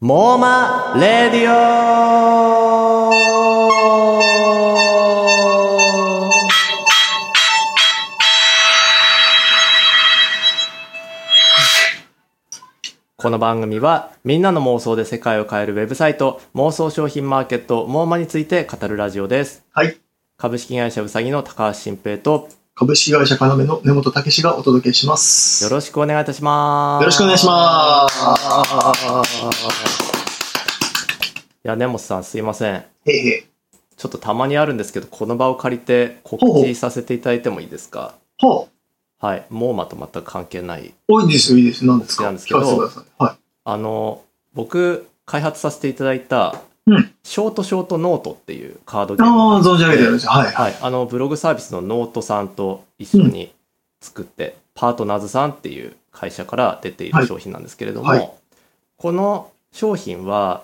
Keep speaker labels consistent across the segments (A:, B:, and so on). A: モーマレディオこの番組はみんなの妄想で世界を変えるウェブサイト妄想商品マーケットモーマについて語るラジオです
B: はい。
A: 株式会社うさぎの高橋新平と
B: 株式会社かなめの根本武史がお届けします。
A: よろしくお願いいたします
B: よろしくお願いします
A: いや根本さんすいません
B: へいへい。
A: ちょっとたまにあるんですけど、この場を借りて告知させていただいてもいいですか
B: はあ、
A: はい。モーマと全く関係ない。
B: 多いんですよ、いいですよ。何ですか
A: なんですけど
B: 聞かせてください。は
A: あの、僕、開発させていただいた
B: うん、
A: ショートショートノートっていうカード
B: い。
A: ゲーム。
B: ああ、存じ上げてるんですよ。はい。
A: はい。あの、ブログサービスのノートさんと一緒に作って、パートナーズさんっていう会社から出てい
B: は
A: る
B: い
A: 商品なんですけれども、
B: はい
A: この商品は、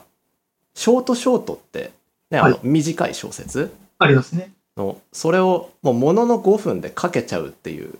A: ショートショートって、ね、あの
B: は、
A: 短い小説
B: ありますね。
A: のそれをもうものの5分でかけちゃうっていう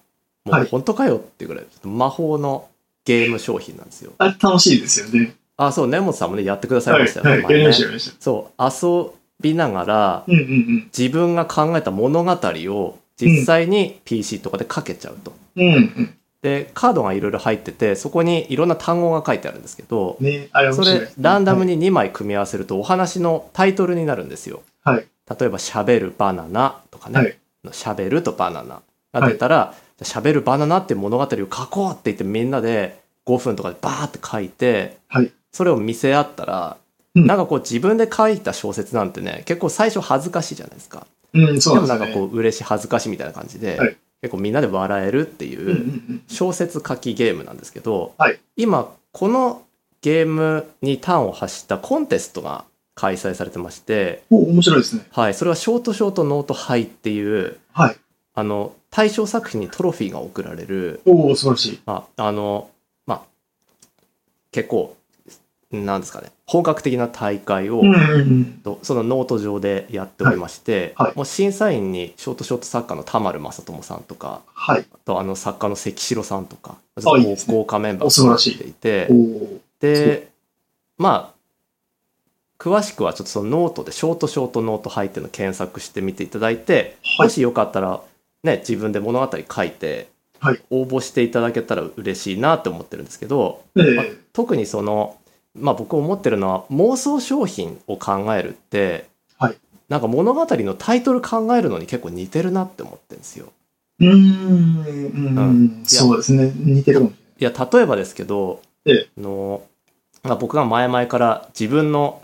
A: も
B: は
A: う
B: い
A: 本当かよっていうぐらいちょっと魔法のゲーム商品なんですよ。
B: あれ楽しいですよね。
A: あそう根本さんもねやってください
B: は
A: ま
B: い。
A: したよ
B: は
A: ね。
B: い。や
A: 前ね
B: りました、やりました。
A: そう遊びながら
B: うんうんうん。
A: 自分が考えた物語を実際に PC とかでかけちゃうと。
B: うんうん。
A: でカードがいろいろ入っててそこにいろんな単語が書いてあるんですけど
B: ね、あれ面
A: そ
B: 白いで
A: れ
B: すね。
A: ランダム
B: に。
A: に2枚組み合わせるとお話のタイトルになるんですよ。
B: はい。
A: 例えば「しゃべるバナナ」とかね、
B: はい
A: しゃべるとバナナが出たら、じゃあしゃべるバナナって物語を書こうって言ってみんなで5分とかでバーって書いて、
B: はい
A: それを見せ合ったら、
B: うん
A: なんかこう自分で書いた小説なんてね結構最初恥ずかしいじゃないですか
B: うん、そう
A: で
B: なん
A: も
B: で
A: なん
B: すよ
A: か
B: ね
A: こう嬉しい恥ずかしいみたいな感じで、
B: はい
A: 結構みんなで笑えるっていう、
B: うんうんうん。
A: 小説書きゲームなんですけど、
B: はい
A: 今このゲームに端を発したコンテストが開催されてまして、
B: お、面白いですね。
A: はい、それはショートショートノート杯っていう
B: はい。
A: あの対象作品にトロフィーが贈られる、
B: おお、素晴らしい。
A: まあ、あのまあ結構なんですかね本格的な大会を、
B: うんうんうん。
A: とそのノート上でやっておりまして、
B: はいはい
A: もう審査員にショートショート作家の田丸正智さんとか
B: はい。
A: あとあの作家の関城さんとか
B: あいいですね
A: 豪華メンバ
B: お
A: ー
B: 素晴
A: が
B: らしい
A: 入っていて
B: おお。
A: でまあ詳しくはちょっとそのノートでショートショートノート入っていうのを検索してみていただいて、
B: はい
A: もしよかったらね自分で物語書いて
B: はい
A: 応募していただけたら嬉しいなって思ってるんですけど、
B: え
A: まあ
B: え。
A: 特にそのまあ僕思ってるのは妄想商品を考えるって、
B: はい
A: なんか物語のタイトル考えるのに結構似てるなって思ってるんですよ。
B: うーん、うんうん、そうですね。似てるかもし
A: いや例えばですけど、
B: え
A: あのまあ、僕が前々から自分の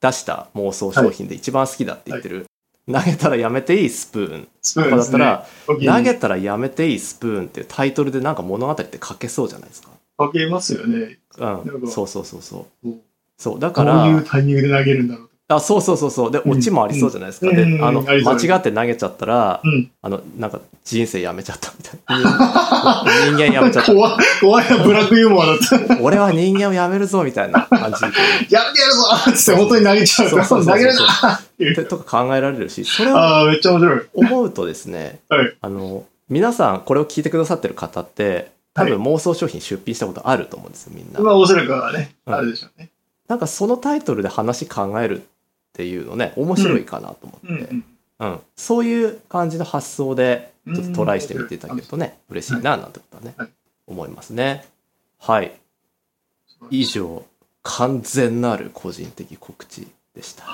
A: 出した妄想商品で一番好きだって言ってる、投げたらやめていいスプーン
B: スプー
A: とか
B: ンで
A: だっ
B: す
A: た
B: ね。
A: ら、
B: 投
A: 投げたらやめていいスプーンっていうタイトルでなんか物語って書けそうじゃないですか。
B: かけますよね。
A: う
B: なん
A: ん、
B: か
A: そうそうそうそう
B: こ
A: そうだか
B: うどうい
A: ら
B: うタイミングで投げるんだろう。
A: あそうそうそうそうで
B: うん
A: オチもありそうじゃないですか、
B: うん
A: で
B: うん
A: あの
B: ありそうありそう
A: 間違って投げちゃったら
B: うん。
A: あのなんか人生やめちゃったみたいな人間やめち ゃった
B: 怖い、怖いな、ブラックユーモアだった。や
A: 俺は人間をやめるぞみたいな感じで
B: めてやるぞつって本当に投げちゃう。
A: そうそうそうそう
B: 投げるなってい
A: て
B: う。
A: とか考えられる し、それを
B: ああ、めっちゃ面白い。
A: 思うとですね、
B: はい
A: あの、皆さんこれを聞いてくださってる方って、多分妄想商品出品したことあると思うんですよ、みんな。
B: まあ、面白いからね、
A: うん
B: あれでしょうね。
A: なんかそのタイトルで話考えるっていうのね、面白いかなと思
B: う
A: って、うん
B: ん
A: そういう感じの発想で、
B: う
A: ち
B: ん。
A: ょっとトライしてみていただけるとね、嬉しいな、なんてことはね、
B: はい
A: 思いますね。はい。
B: いい。
A: 以上、完全なる個人的告知で した。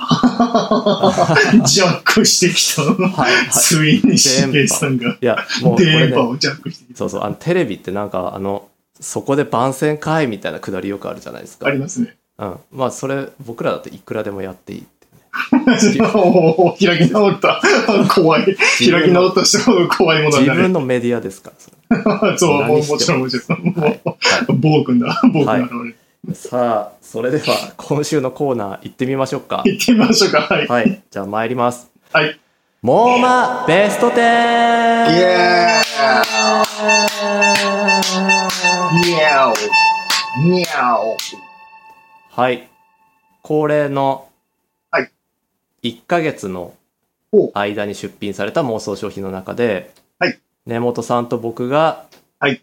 B: ジャックしてきたの。
A: はい、はい。
B: ついにしげさんが。
A: いや、もうこれ
B: 電
A: ね
B: 波、をジャックしてき
A: そうそう、あのテレビってなんか、あの、そこで番宣会みたいなくだりよくあるじゃないです
B: た。
A: か。
B: ありますね。
A: うん。まあ、それ、僕らだっていくらでもやっていいっていうね。
B: おー開き直った。怖い。開き直った人ほど怖いもの
A: 自
B: になる
A: 分。のメディアですから、それ
B: そう、もう
A: 何して
B: もちろん、もちろん。も
A: はいは
B: う、暴君だ。暴君
A: はい
B: 現れる。
A: さあ、それでは、今週のコーナー行ってみましょうか。
B: 行ってみましょうか。はい。
A: はい。じゃあ、参ります。
B: はい。イ
A: モーマベスト 10!
B: エーイニャオニャオ
A: はい。恒例の、
B: はい。
A: 1ヶ月の
B: お
A: 間に出品された妄想商品の中で、
B: はい。
A: 根本さんと僕が、
B: はい。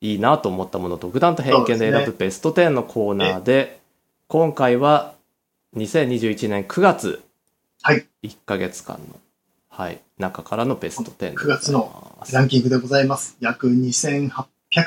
A: いいなと思ったものを独断と偏見で
B: そうで
A: 選
B: す
A: ぶベスト10のコーナーで、今回は2021年9月、
B: はい
A: 1ヶ月間の、はい、中からのベスト10で
B: 9月の
A: ございます
B: ランキングでございます。約2800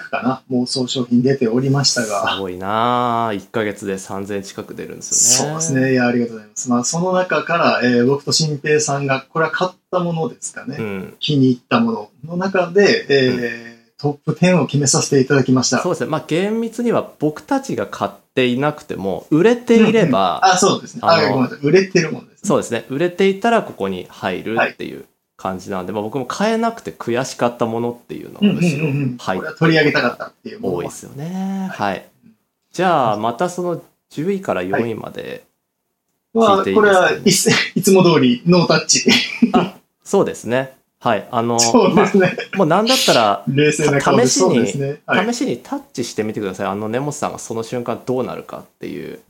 B: かな、妄想商品出ておりました
A: す
B: が。
A: ごいなあ1ヶ月で3000近く出るんですよ
B: そう
A: ね。
B: ですね。いや、ありがとうございます。まあ、その中から、えー僕と新平さんが、これは買ったものですかね。
A: うん。
B: 気に入ったものの中で、えートップ10を決めさせていただきました。
A: そうですね。まあ厳密には僕たちが買っていなくても、売れていれば、
B: あ、そうですね。あ
A: あの
B: ごめんなさい。売れてるものです、ね。
A: そうですね。売れていたらここに入るっていう感じなんで、まあ僕も買えなくて悔しかったものっていうのは
B: うんうん
A: むし
B: う
A: ろ
B: んうん。こ
A: 入
B: れ
A: っ
B: は取り上げたかったっていうもの
A: 多
B: はい
A: ですよね。はい。じゃあ、またその10位から4位まで、
B: まあ、
A: 聞いていいですかね
B: これはいついつも通りノータッチ。
A: そうですね。はい。あの、
B: そうですね。
A: もうなんだったら、
B: 冷静な顔で
A: 試しに
B: そうですね。はい。
A: 試しにタッチしてみてください。あの根本さんがその瞬間どうなるかっていう。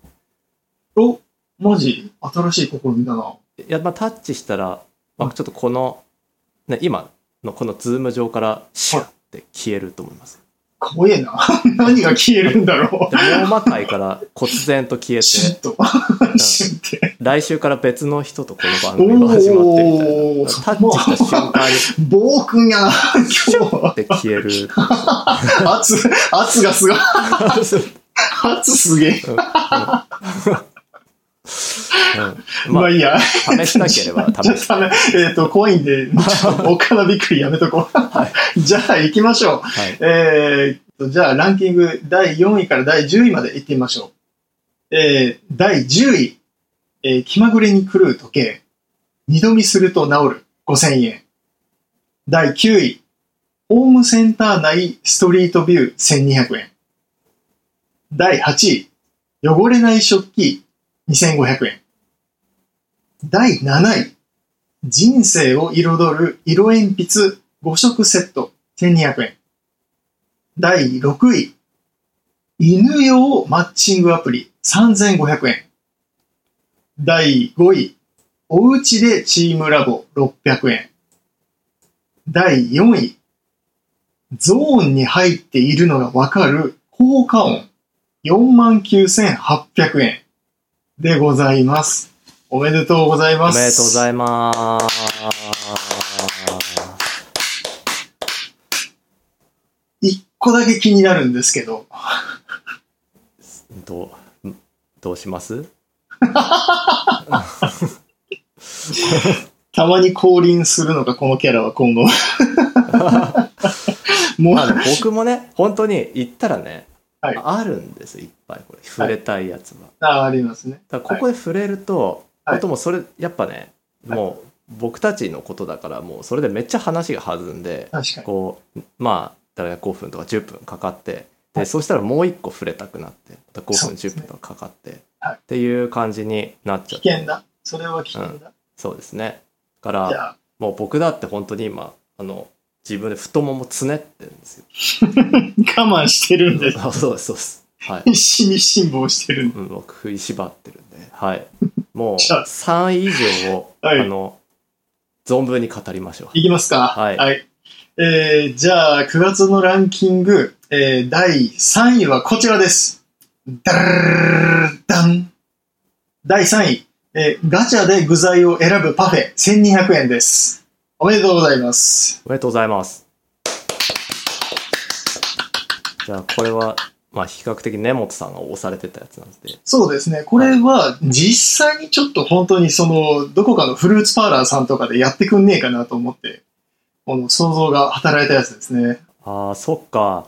B: お、マジ新しい試みだな。
A: いや、まあタッチしたら、まあちょっとこの、ね、今のこのズーム上からシュッて消えると思います。
B: 怖えな。 何が消えるんだろ
A: で、ローマ界から忽然と消え
B: う。シュ
A: て、
B: ッと
A: う。ん
B: シュッて。
A: 来週から別の人とこの番組が始まってみたいな。
B: おー、
A: タッチした瞬間に
B: 暴君やな、今日は
A: っ。て消える。
B: 圧、圧がすごい。圧すげえ。
A: うん
B: ま
A: ま
B: あいいや。
A: あ、試したければ試して。
B: たえっと、怖いんで、ちょっとおっかなびっくりやめとこう。 じゃあ行きましょう。
A: はい。
B: えーと、じゃあランキング第4位から第10位まで行ってみましょう。えー、第10位、えー気まぐれに狂う時計、二度見すると治る、5000円。第9位、ホームセンター内ストリートビュー、1200円。第8位、汚れない食器、2500円。第7位、人生を彩る色鉛筆5色セット、1200円。第6位、犬用マッチングアプリ3500円。第5位、おうちでチームラボ600円。第4位、ゾーンに入っているのがわかる効果音49,800円でございます。おめでとうござい
A: お
B: ます。
A: めでとうござ
B: い
A: います。
B: ます。一個だけ気になるんですけど、
A: どう、どうします
B: たまに降臨するのか、このキャラは今後。もう、
A: あの僕もね、本当に行ったらね、
B: はい
A: あるんですよいっぱいこれ。触れたいやつは。
B: あありますね。
A: だからここで触れると、
B: はい
A: 本当もうそれ、やっぱね、
B: はい
A: もう僕たちのことだから、もうそれでめっちゃ話が弾んで、
B: 確かに。
A: こう、まあ、だから5分とか10分かかって、
B: は
A: で、
B: い
A: そうしたらもう1個触れたくなって、また5
B: そう
A: 分、
B: です
A: 10
B: ね
A: 分とかかかって、
B: はい
A: っていう感じになっちゃって、
B: 危険だ。それは危険だ。
A: そうですね。だか
B: じ
A: ら、
B: ゃあ、
A: もう僕だって本当に今、あの、自分で太ももつねってるんですよ。
B: 我慢してるんで、
A: あ そうです、そうです。はい。
B: 必死に辛抱して るんで。
A: うん、僕食いしばってるんで、はい。もう
B: じゃあ
A: 3位以上を、
B: はい
A: あの、存分に語りましょう。
B: いきますか。
A: はい
B: えーじゃあ、9月のランキング、えー第3位はこちらです。ダララダン第3位、えーガチャで具材を選ぶパフェ、1200円です。おめでとうございます。
A: おめでとうございます。じゃあ、これは、まあ、比較的根本さんが押されてたやつなんで、
B: そうですね。これは実際にちょっと本当にその、どこかのフルーツパーラーさんとかでやってくんねえかなと思って、この想像が働いたやつですね。
A: ああ、そっか。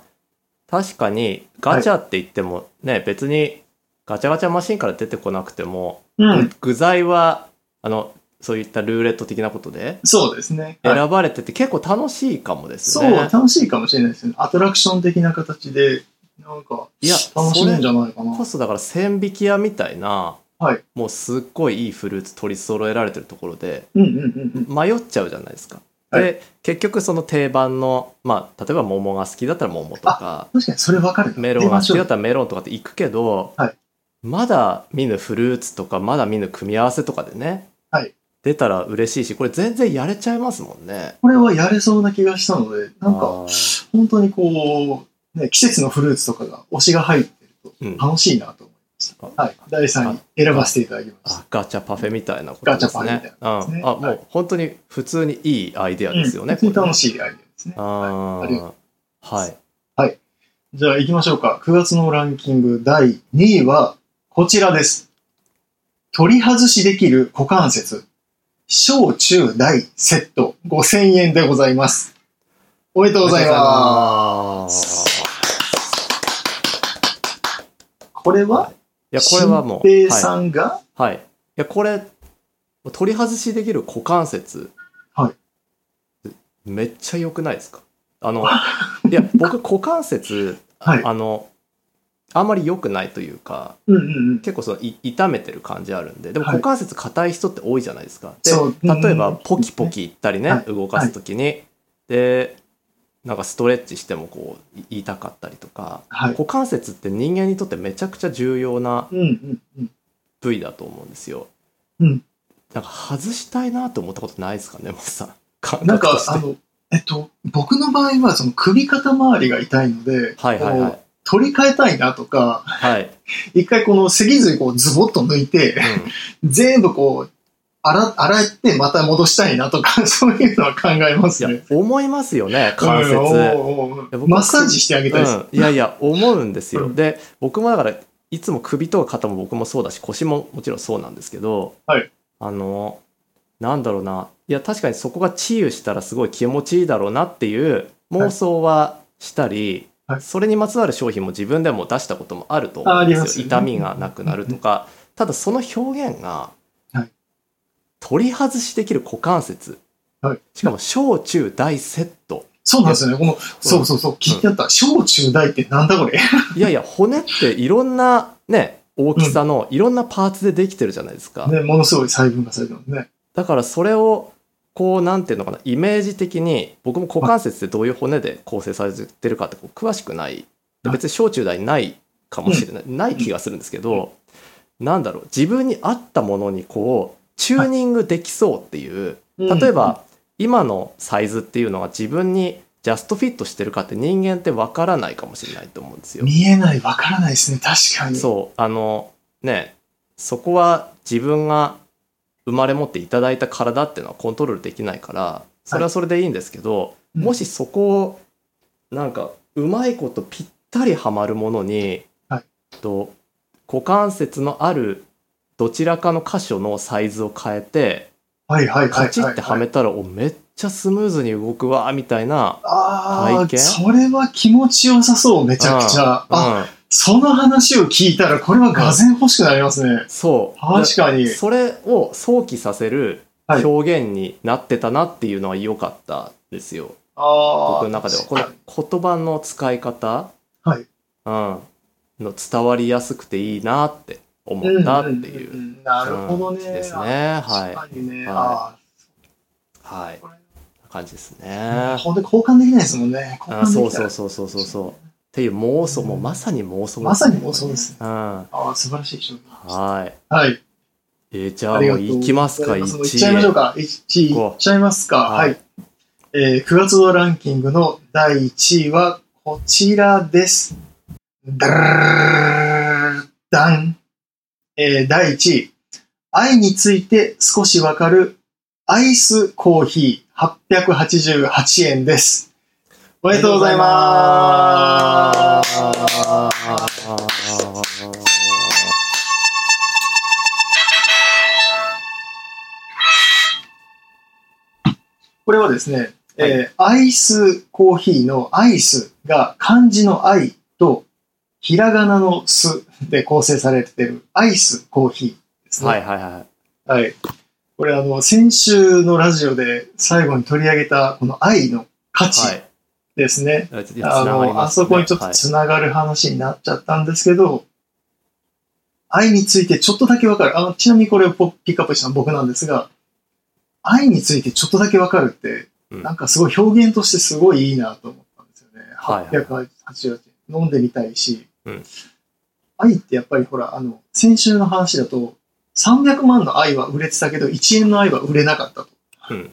A: 確かに、ガチャって言ってもね、別に、ガチャガチャマシンから出てこなくても、
B: うん。
A: 具材は、あの、そういったルーレット的なことで、
B: そうですね。はい
A: 選ばれてて結構楽しいかもです
B: そ
A: よ
B: う、
A: ね。
B: 楽しいかもしれないですね。アトラクション的な形で、なんか、
A: いや
B: 楽しめるんじゃないかな。
A: こそだから千匹屋みたいな、
B: はい
A: もうすっごいいいフルーツ取り揃えられてるところで
B: うんうんうんうん。
A: 迷っちゃうじゃないですか。で、
B: は
A: 結局その定番のまあ例えば桃が好きだったら桃とか
B: 確かにそれわかる。
A: メロンが好きだ
B: 出ましょ
A: っ
B: う
A: たらメロンとかって行くけど、
B: はい
A: まだ見ぬフルーツとかまだ見ぬ組み合わせとかでね、
B: はい
A: 出たら嬉しいしこれ全然やれちゃいますもんね。
B: これはやれそうな気がしたので、なん
A: あ
B: か、
A: ー
B: 本当にこう、ね、季節のフルーツとかが、推しが入ってる
A: うん
B: と楽しいなと思いました。
A: あ
B: はい。第3位、選ばせていただきました。
A: あガチャパフェみたいなことですね。
B: ガチャパフェみたいなことですね
A: うん、あ、も
B: は
A: う本当に普通にいいアイデアですよね。
B: うん非常に楽
A: しい。
B: しいアイデアですね。
A: あ
B: ありがと
A: ーはい。
B: じゃあ行きましょうか。9月のランキング第2位はこちらです。取り外しできる股関節、小中大セット5000円でございます。おめでとうございま
A: ます。
B: す。これはい
A: や、これはもう、
B: 新平
A: は
B: さんが、
A: い。はい、いや、これ、取り外しできる股関節。
B: はい
A: めっちゃ良くないですかあ の、いや、僕、股関節、
B: はい。
A: あの、あんまり良くないというか、
B: うんうんうん。
A: 結構そのい痛めてる感じあるんででも
B: はい
A: 股関節硬い人って多いじゃないですか、
B: そう
A: で例えば
B: うん
A: ポキポキいったりね、
B: はい
A: 動かす時に、でなんかストレッチしてもこうい痛かったりとか
B: はい。
A: 股関節って人間にとってめちゃくちゃ重要な
B: うんうんうん。
A: 部位だと思うんですよ、
B: うん
A: なんか外したいなと思ったことないですかねもうさ感
B: なん
A: 覚とし、
B: か
A: て
B: あの、えっと、僕の場合はその首肩周りが痛いので、
A: はいはいは
B: こ
A: いう
B: 取り替えたいなとか、
A: はい、
B: 一回この脊髄こうズボッと抜いて、全部こう、洗、洗ってまた戻したいなとか、 そういうのは考えます
A: うん、い
B: ね
A: や。思いますよね関節、
B: うんおうおう
A: や
B: おう
A: 僕
B: マッサージしてあげたいです。
A: うん、いやいや思うんですよ、
B: うん
A: で僕もだからいつも首とか肩も僕もそうだし腰ももちろんそうなんですけど、
B: はい
A: あのなんだろうないや確かにそこが治癒したらすごい気持ちいいだろうなっていう妄想はしたり、
B: はいはい
A: それにまつわる商品も自分でも出したこともあると思
B: あ
A: う
B: あ
A: ん
B: り
A: です
B: ま
A: よ
B: すよね
A: 痛みがなくなるとか、ただその表現が、
B: はい
A: 取り外しできる股関節、
B: はい
A: しかも小中大セット
B: そうなんですよね。この、そうそうそう、気になった。小中大ってなんだこれ。
A: いやいや、骨っていろんなね、大きさのいろんなパーツでできてるじゃないですか。
B: ね、ものすごい細分化されてますね。
A: だからそれを、こう、なんていうのかな、イメージ的に、僕も股関節ってどういう骨で構成されてるかってこう詳しくない。で別に小中大ないかもしれない。ない気がするんですけど、なんだろう、自分に合ったものにこう、チューニングできそうっていう、例えば、今のサイズっていうのが自分にジャストフィットしてるかって人間ってわからないかもしれないと思うんです
B: うん、
A: よ。
B: 見えない、わからないですね。確かに。
A: そう、あの、ね、そこは自分が生まれ持っていただいた体っていうのはコントロールできないから、それはそれでいいんですけど、
B: うん
A: もしそこを、なんか、うまいことぴったりはまるものに、
B: はい
A: と股関節のあるどちらかの箇所のサイズを変えて、
B: はいはいはいはい、はい。
A: カチッてはめたら、お、めっちゃスムーズに動くわ、みたいな。
B: あ
A: 体
B: あ、
A: 験
B: それは気持ちよさそう、めちゃくちゃ。
A: うん
B: あ、その話を聞いたら、これはがぜん欲しくなりますね。
A: そう。
B: 確かに。
A: それを想起させる表現になってたなっていうのは良かったですよ、
B: ああ。
A: 僕の中ではこの言葉の使い方、
B: はい
A: うん、の伝わりやすくていいなって思ったってい
B: んん
A: うん
B: んなるほどね。
A: 感じですね
B: あ
A: はい
B: 確かにね。
A: はい
B: あ
A: はい
B: これ
A: 感じです
B: あ
A: ね。
B: ほんで交換できないですもんね。交
A: あ
B: 換
A: そ
B: で
A: う
B: きた
A: そう
B: ら。
A: そうそうそうそうっていう妄想もまさに妄想
B: まさに妄想ですね。
A: うんは
B: ああ、素晴らしい商品でした。
A: い
B: はい。
A: えーじゃ
B: あ
A: あ
B: り
A: も
B: が
A: う
B: とう
A: 行きますか
B: ございもう行っ
A: 1
B: ちゃいましょう
A: 位
B: か。1位
A: こう
B: 行っちゃいますか。
A: は
B: はいい。えー、9月のランキングの第1位はこちらです。ダーダン。えー、第1位。愛について少しわかるアイスコーヒー888円です。おめでとうございます。これはですね、えーアイスコーヒーのアイスが漢字の愛とひらがなのすで構成されているアイスコーヒーですね。
A: はいはいはい
B: はい。これあの、先週のラジオで最後に取り上げたこの愛の価
A: は
B: 値
A: い
B: ですね。
A: いやつ
B: あ
A: ながり
B: の、
A: ま
B: あ
A: すね
B: そこにちょっと
A: はい
B: つながる話になっちゃったんですけど、愛についてちょっとだけわかる。あの、ちなみにこれをポピックアップしたのは僕なんですが、愛についてちょっとだけわかるって、
A: うん
B: なんかすごい表現としてすごいいいなと思ったんですよね。
A: はい
B: 888円。飲んでみたいし、
A: うん
B: 愛ってやっぱりほら、あの、先週の話だと、300万の愛は売れてたけど、1円の愛は売れなかったと。
A: うん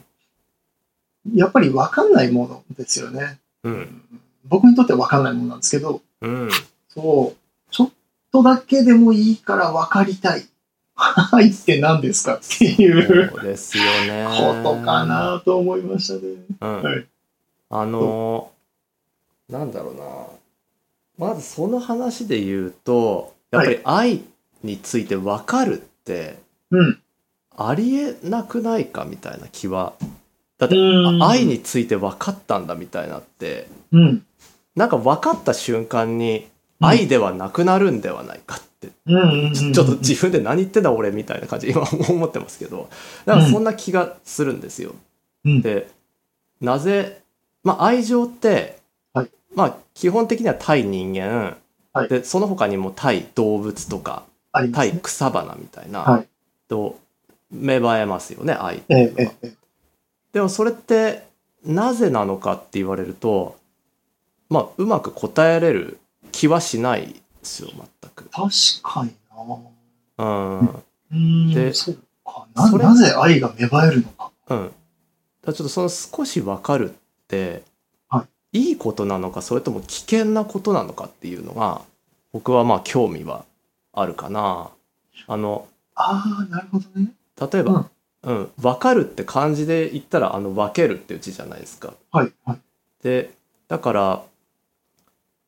B: やっぱりわかんないものですよね。
A: うん
B: 僕にとっては分かんないものなんですけど、
A: うん
B: そう、ちょっとだけでもいいから分かりたい。はいって何ですかっていう
A: そうですよね。
B: ことか。なと思いましたね。
A: うん。
B: はい
A: あのーなんだろうな。まずその話で言うと、やっぱり愛について分かるって、
B: うん。
A: ありえなくないかみたいな気は。だって、
B: うん
A: あ愛について分かったんだみたいなって、
B: うん。
A: なんか分かった瞬間に、
B: うん
A: 愛ではなくなるんではないかって、
B: うんうん。
A: ちょちょっと自分で何言ってんだ俺みたいな感じ、今 思ってますけど、なんかそんな気がするんですよ。
B: うん
A: で、なぜ、まあ愛情って、
B: はい
A: まあ基本的には対人間、
B: はい
A: で、その他にも対動物とか、
B: あります
A: 対
B: ね。
A: 草花みたいな、
B: はい
A: と芽生えますよね、愛って
B: え
A: いうのは
B: え、ええ、ええ
A: でもそれってなぜなのかって言われるとまあうまく答えれる気はしないですよ全く。
B: 確かにな
A: うん
B: うん。
A: で
B: そうか。な、
A: それ
B: なぜ愛が芽生えるのか。
A: うん、だからちょっとその少し分かるって、、
B: はい
A: いことなのかそれとも危険なことなのかっていうのが僕はまあ興味はあるかな。あの
B: ああ、なるほどね。
A: 例えば、うん分かるって漢字で言ったらあの分けるっていう字じゃないですか。
B: はい、はい。
A: でだから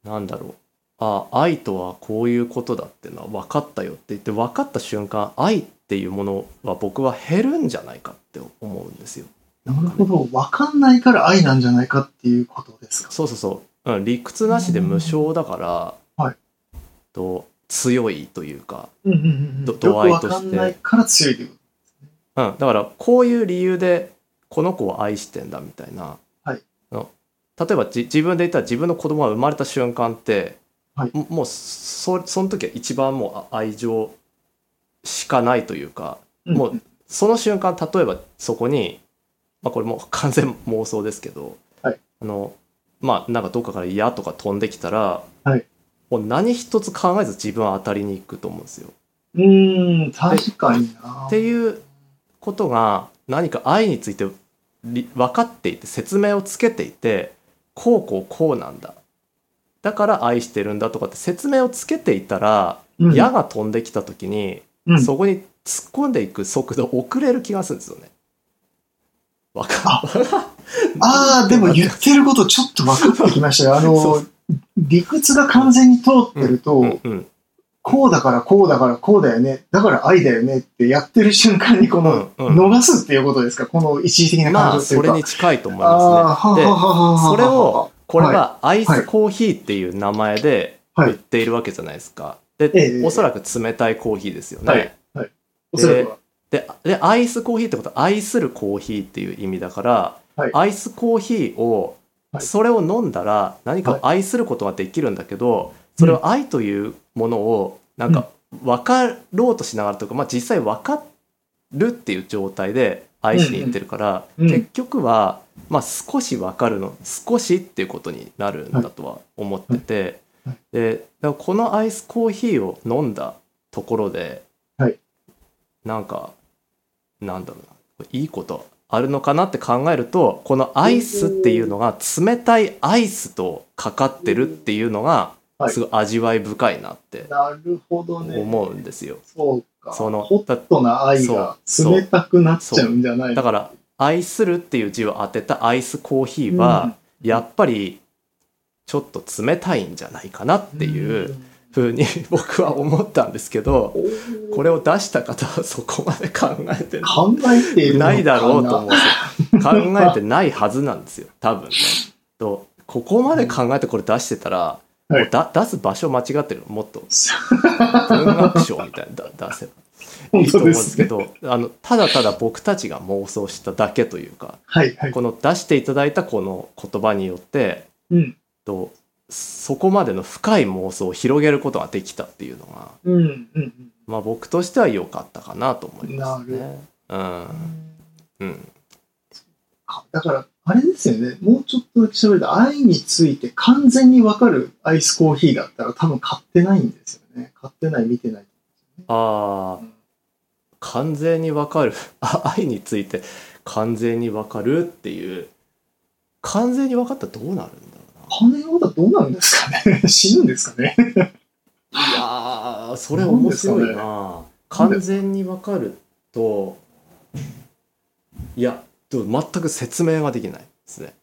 A: なんだろうあ愛とはこういうことだってのは分かったよって言って分かった瞬間愛っていうものは僕は減るんじゃないかって思うんですよ。
B: なるほど。わかんないから愛なんじゃないかっていうことですか。
A: そうそうそう、うん、理屈なしで無償だから、
B: うんはい
A: と強いというか、
B: うんうんうん。
A: ど
B: よく
A: 度合い
B: わか
A: とし
B: ん
A: て
B: ないから強いというこ
A: うん、だからこういう理由でこの子を愛してんだみたいな、
B: はい
A: の例えばじ自分で言ったら自分の子供が生まれた瞬間って、
B: はい
A: ももうそその時は一番もうあ愛情しかないというか
B: と。ん
A: もうその瞬間例えばそこに、まあ、これもう 完全妄想ですけど、
B: はい
A: あのまあなんかどっかから「嫌」とか飛んできたら、
B: はい
A: もう何一つ考えず自分は当たりに行くと思うんですよ。
B: うーん、確かにな。
A: っていうことが何か愛についてり分かっていて説明をつけていてこうこうこうなんだだから愛してるんだとかって説明をつけていたら
B: うん
A: 矢が飛んできた時に
B: うん
A: そこに突っ込んでいく速度遅れる気がするんですよね。わか
B: ああ、でも言ってることちょっと分かってきましたよ。あ
A: そ
B: の、理屈が完全に通ってると、
A: うんうん
B: こうだからこうだからこうだよね、だから愛だよねってやってる瞬間にこの、
A: うんうん
B: 逃すっていうことですかこの一時的な
A: ま
B: 感
A: あ
B: 情ってい
A: そう
B: か。
A: れに近いと思い
B: あ
A: ま
B: ー
A: す
B: は
A: ね。で
B: あはあはあはあ
A: それをこれ
B: は
A: はアイ
B: はい
A: スコーヒーっていう名前で
B: はい
A: 売っているわけじゃないですか。で、
B: ええ
A: おそらく冷たいコーヒーですよね。
B: はいい、おそらくは
A: ででアイスコーヒーってことは愛するコーヒーっていう意味だから、
B: はい
A: アイスコーヒーを
B: はい
A: それを飲んだら何かを愛することができるんだけど、それを愛というものをなんか分かろうとしながらというか、まあ、実際分かるっていう状態で愛しにいってるから、
B: うんうんうん
A: 結局は、まあ、少し分かるの少しっていうことになるんだとは思ってて、
B: はい
A: でだからこのアイスコーヒーを飲んだところで、
B: はい
A: なんかなんだろうないいことあるのかなって考えるとこのアイスっていうのが冷たいアイスとかかってるっていうのが
B: はい
A: すごい味わい深いなって
B: なるほどね。
A: 思うんですよ。
B: そうか。
A: その
B: ホットな愛が
A: そう
B: 冷たくなっちゃうんじゃない
A: だ
B: の
A: から愛するっていう字を当てたアイスコーヒーは、やっぱりちょっと冷たいんじゃないかなっていううんふうに僕は思ったんですけど
B: おー
A: これを出した方はそこまで考えて
B: 考えているのか
A: ないだろうと思うんですよ考えてないはずなんですよ多 分ね。とここまで考えてこれ出してたら、
B: はい
A: もうだ出す場所間違ってるもっと
B: そう
A: 文学賞みたいなのだ 出せばいいと思うんですけどあのただただ僕たちが妄想しただけというか
B: はいはい。
A: この出していただいたこの言葉によって
B: うん。
A: とそこまでの深い妄想を広げることができたっていうのが、
B: うんうん
A: まあ、僕としては良かったかなと思います
B: な
A: ね。うん
B: うん。
A: うん
B: だから、あれですよね。もうちょっとだけ喋ると、愛について完全にわかるアイスコーヒーだったら多分買ってないんですよね。買ってない、見てない。
A: あ
B: う
A: あ
B: ん
A: 完全にわかるあ愛について完全にわかるっていう完全に分かったらどうなるんだろうな。
B: このようだとどうなるんですかね死ぬんですかね
A: いやーそれ面白いな完全に分かるといやでも全く説明ができないですね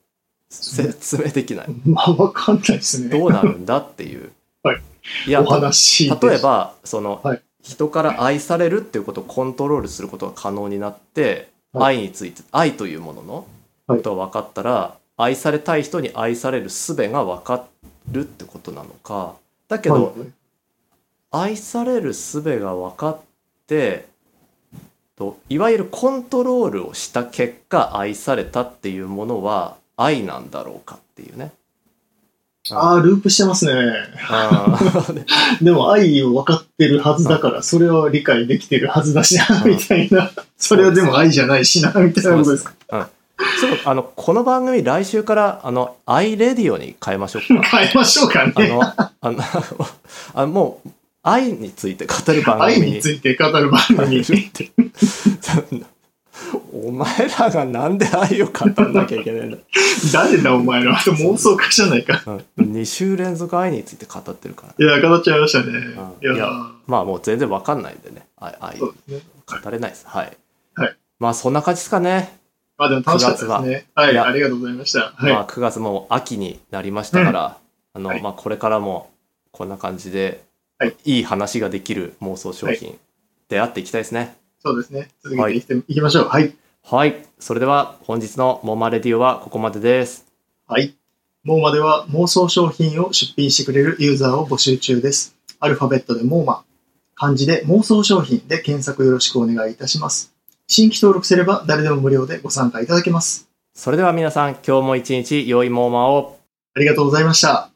A: 説明できない
B: まあ、わかんないですね。
A: どうなるんだっていう、
B: はい、
A: や
B: お話です
A: 例え、ばその、
B: はい
A: 人から愛されるっていうことをコントロールすることが可能になって、
B: は
A: 愛について愛というもののこ
B: はい
A: とが分かったら、愛されたい人に愛される術が分かるってことなのかだけど、
B: はい
A: 愛される術が分かってといわゆるコントロールをした結果愛されたっていうものは愛なんだろうかっていう ね。
B: ああ、ループしてますね。
A: あー
B: でも愛を分かってるはずだから、それを理解できてるはずだしな、
A: うん
B: みたいな。それはでも愛じゃないしな、みたいなことですか。
A: うん、ちょっとあのこの番組来週からあの「アイレディオ」に変えましょう か。
B: 変えましょうか
A: あ
B: ね。
A: のあのあもう愛について語る番
B: 愛
A: 組
B: に
A: に
B: ついて語る番組。
A: そんな お前らがなんで愛を語んなきゃいけないんだ
B: 誰だお前ら。妄想家じゃない か。
A: うん、2週連続愛について語ってるから、
B: いや、語っちゃいましたね。い
A: うんい
B: や
A: やまあもう全然わかんないんでね愛愛
B: そう
A: 語
B: ですね。
A: れないですはい、
B: はい
A: まあそんな感じですかね、
B: まあでも楽しかったですね。はいい、
A: や
B: ありがとうございました。はい。
A: まあ9月も秋になりましたから、あの
B: はい
A: まあ、これからもこんな感じで、
B: はい、
A: い話ができる妄想商品出会っていきたいですね
B: そうですね。続けていき,、い、きましょう。はい。
A: はい、それでは本日のモーマレディオはここまでです
B: はい。モーマでは妄想商品を出品してくれるユーザーを募集中です。アルファベットでモーマ、漢字で妄想商品で検索よろしくお願いいたします。新規登録すれば誰でも無料でご参加いただけます。
A: それでは皆さん今日も一日良いモーマを
B: ありがとうございました。